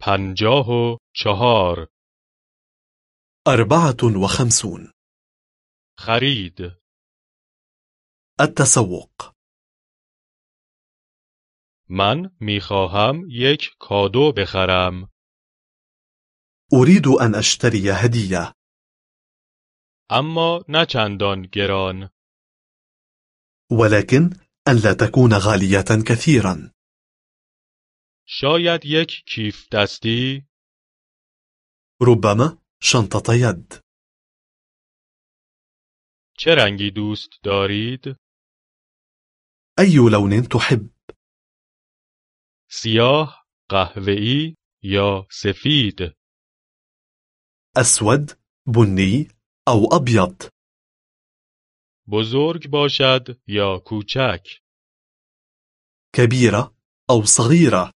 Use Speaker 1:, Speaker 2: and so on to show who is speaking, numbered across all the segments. Speaker 1: پنجاه و چهار
Speaker 2: أربعة وخمسون
Speaker 1: خرید
Speaker 2: التسوق
Speaker 1: من میخواهم یک کادو بخرم
Speaker 2: أريد أن أشتري هدية
Speaker 1: اما نه چندان گران
Speaker 2: ولكن أن لا تكون غالية كثيرا
Speaker 1: شاید یک کیف دستی
Speaker 2: ربما شنطة يد
Speaker 1: چه رنگی دوست دارید
Speaker 2: أي لون تحب
Speaker 1: سیاه قهوه‌ای یا سفید
Speaker 2: أسود بني أو أبيض
Speaker 1: بزرگ باشد یا کوچک
Speaker 2: كبيرة أو صغيرة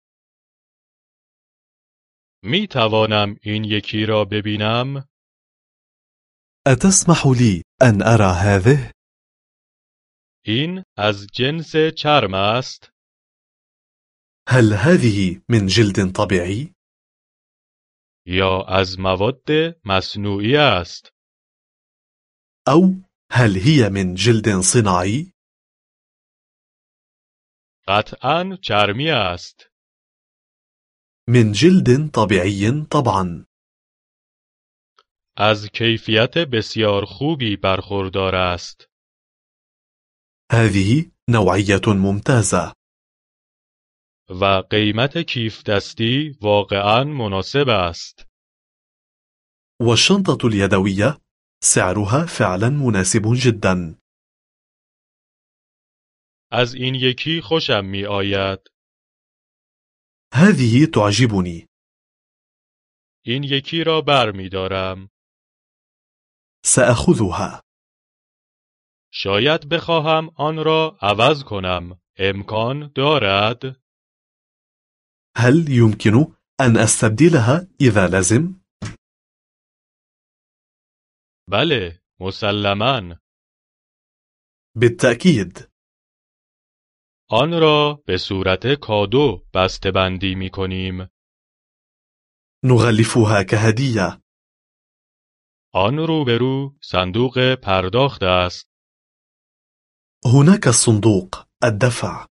Speaker 1: می توانم این یکی را ببینم
Speaker 2: أتسمح لي أن أرى هذه؟
Speaker 1: این از جنس چرم است
Speaker 2: هل هذه من جلد طبيعي
Speaker 1: یا از مواد مصنوعی است
Speaker 2: أو هل هي من جلد صناعي؟
Speaker 1: قطعا چرمی است
Speaker 2: من جلد طبيعي طبعا
Speaker 1: از کیفیت بسیار خوبی برخوردار است
Speaker 2: هذه نوعية ممتازة
Speaker 1: و قیمت کیف دستی واقعا مناسب است
Speaker 2: والشنطة اليدوية سعرها فعلا مناسب جدا
Speaker 1: از این یکی خوشم می آید
Speaker 2: هذه تعجبني
Speaker 1: این یکی را بر می دارم
Speaker 2: سأخذها
Speaker 1: شاید بخواهم آن را عوض کنم امکان دارد
Speaker 2: هل يمكن أن أستبدلها إذا لزم؟
Speaker 1: بله مسلما
Speaker 2: بالتأكيد
Speaker 1: آن را به صورت کادو بسته بندی می کنیم
Speaker 2: نغلفها كهدية
Speaker 1: آن روبرو صندوق پرداخت است
Speaker 2: هناك الصندوق الدفع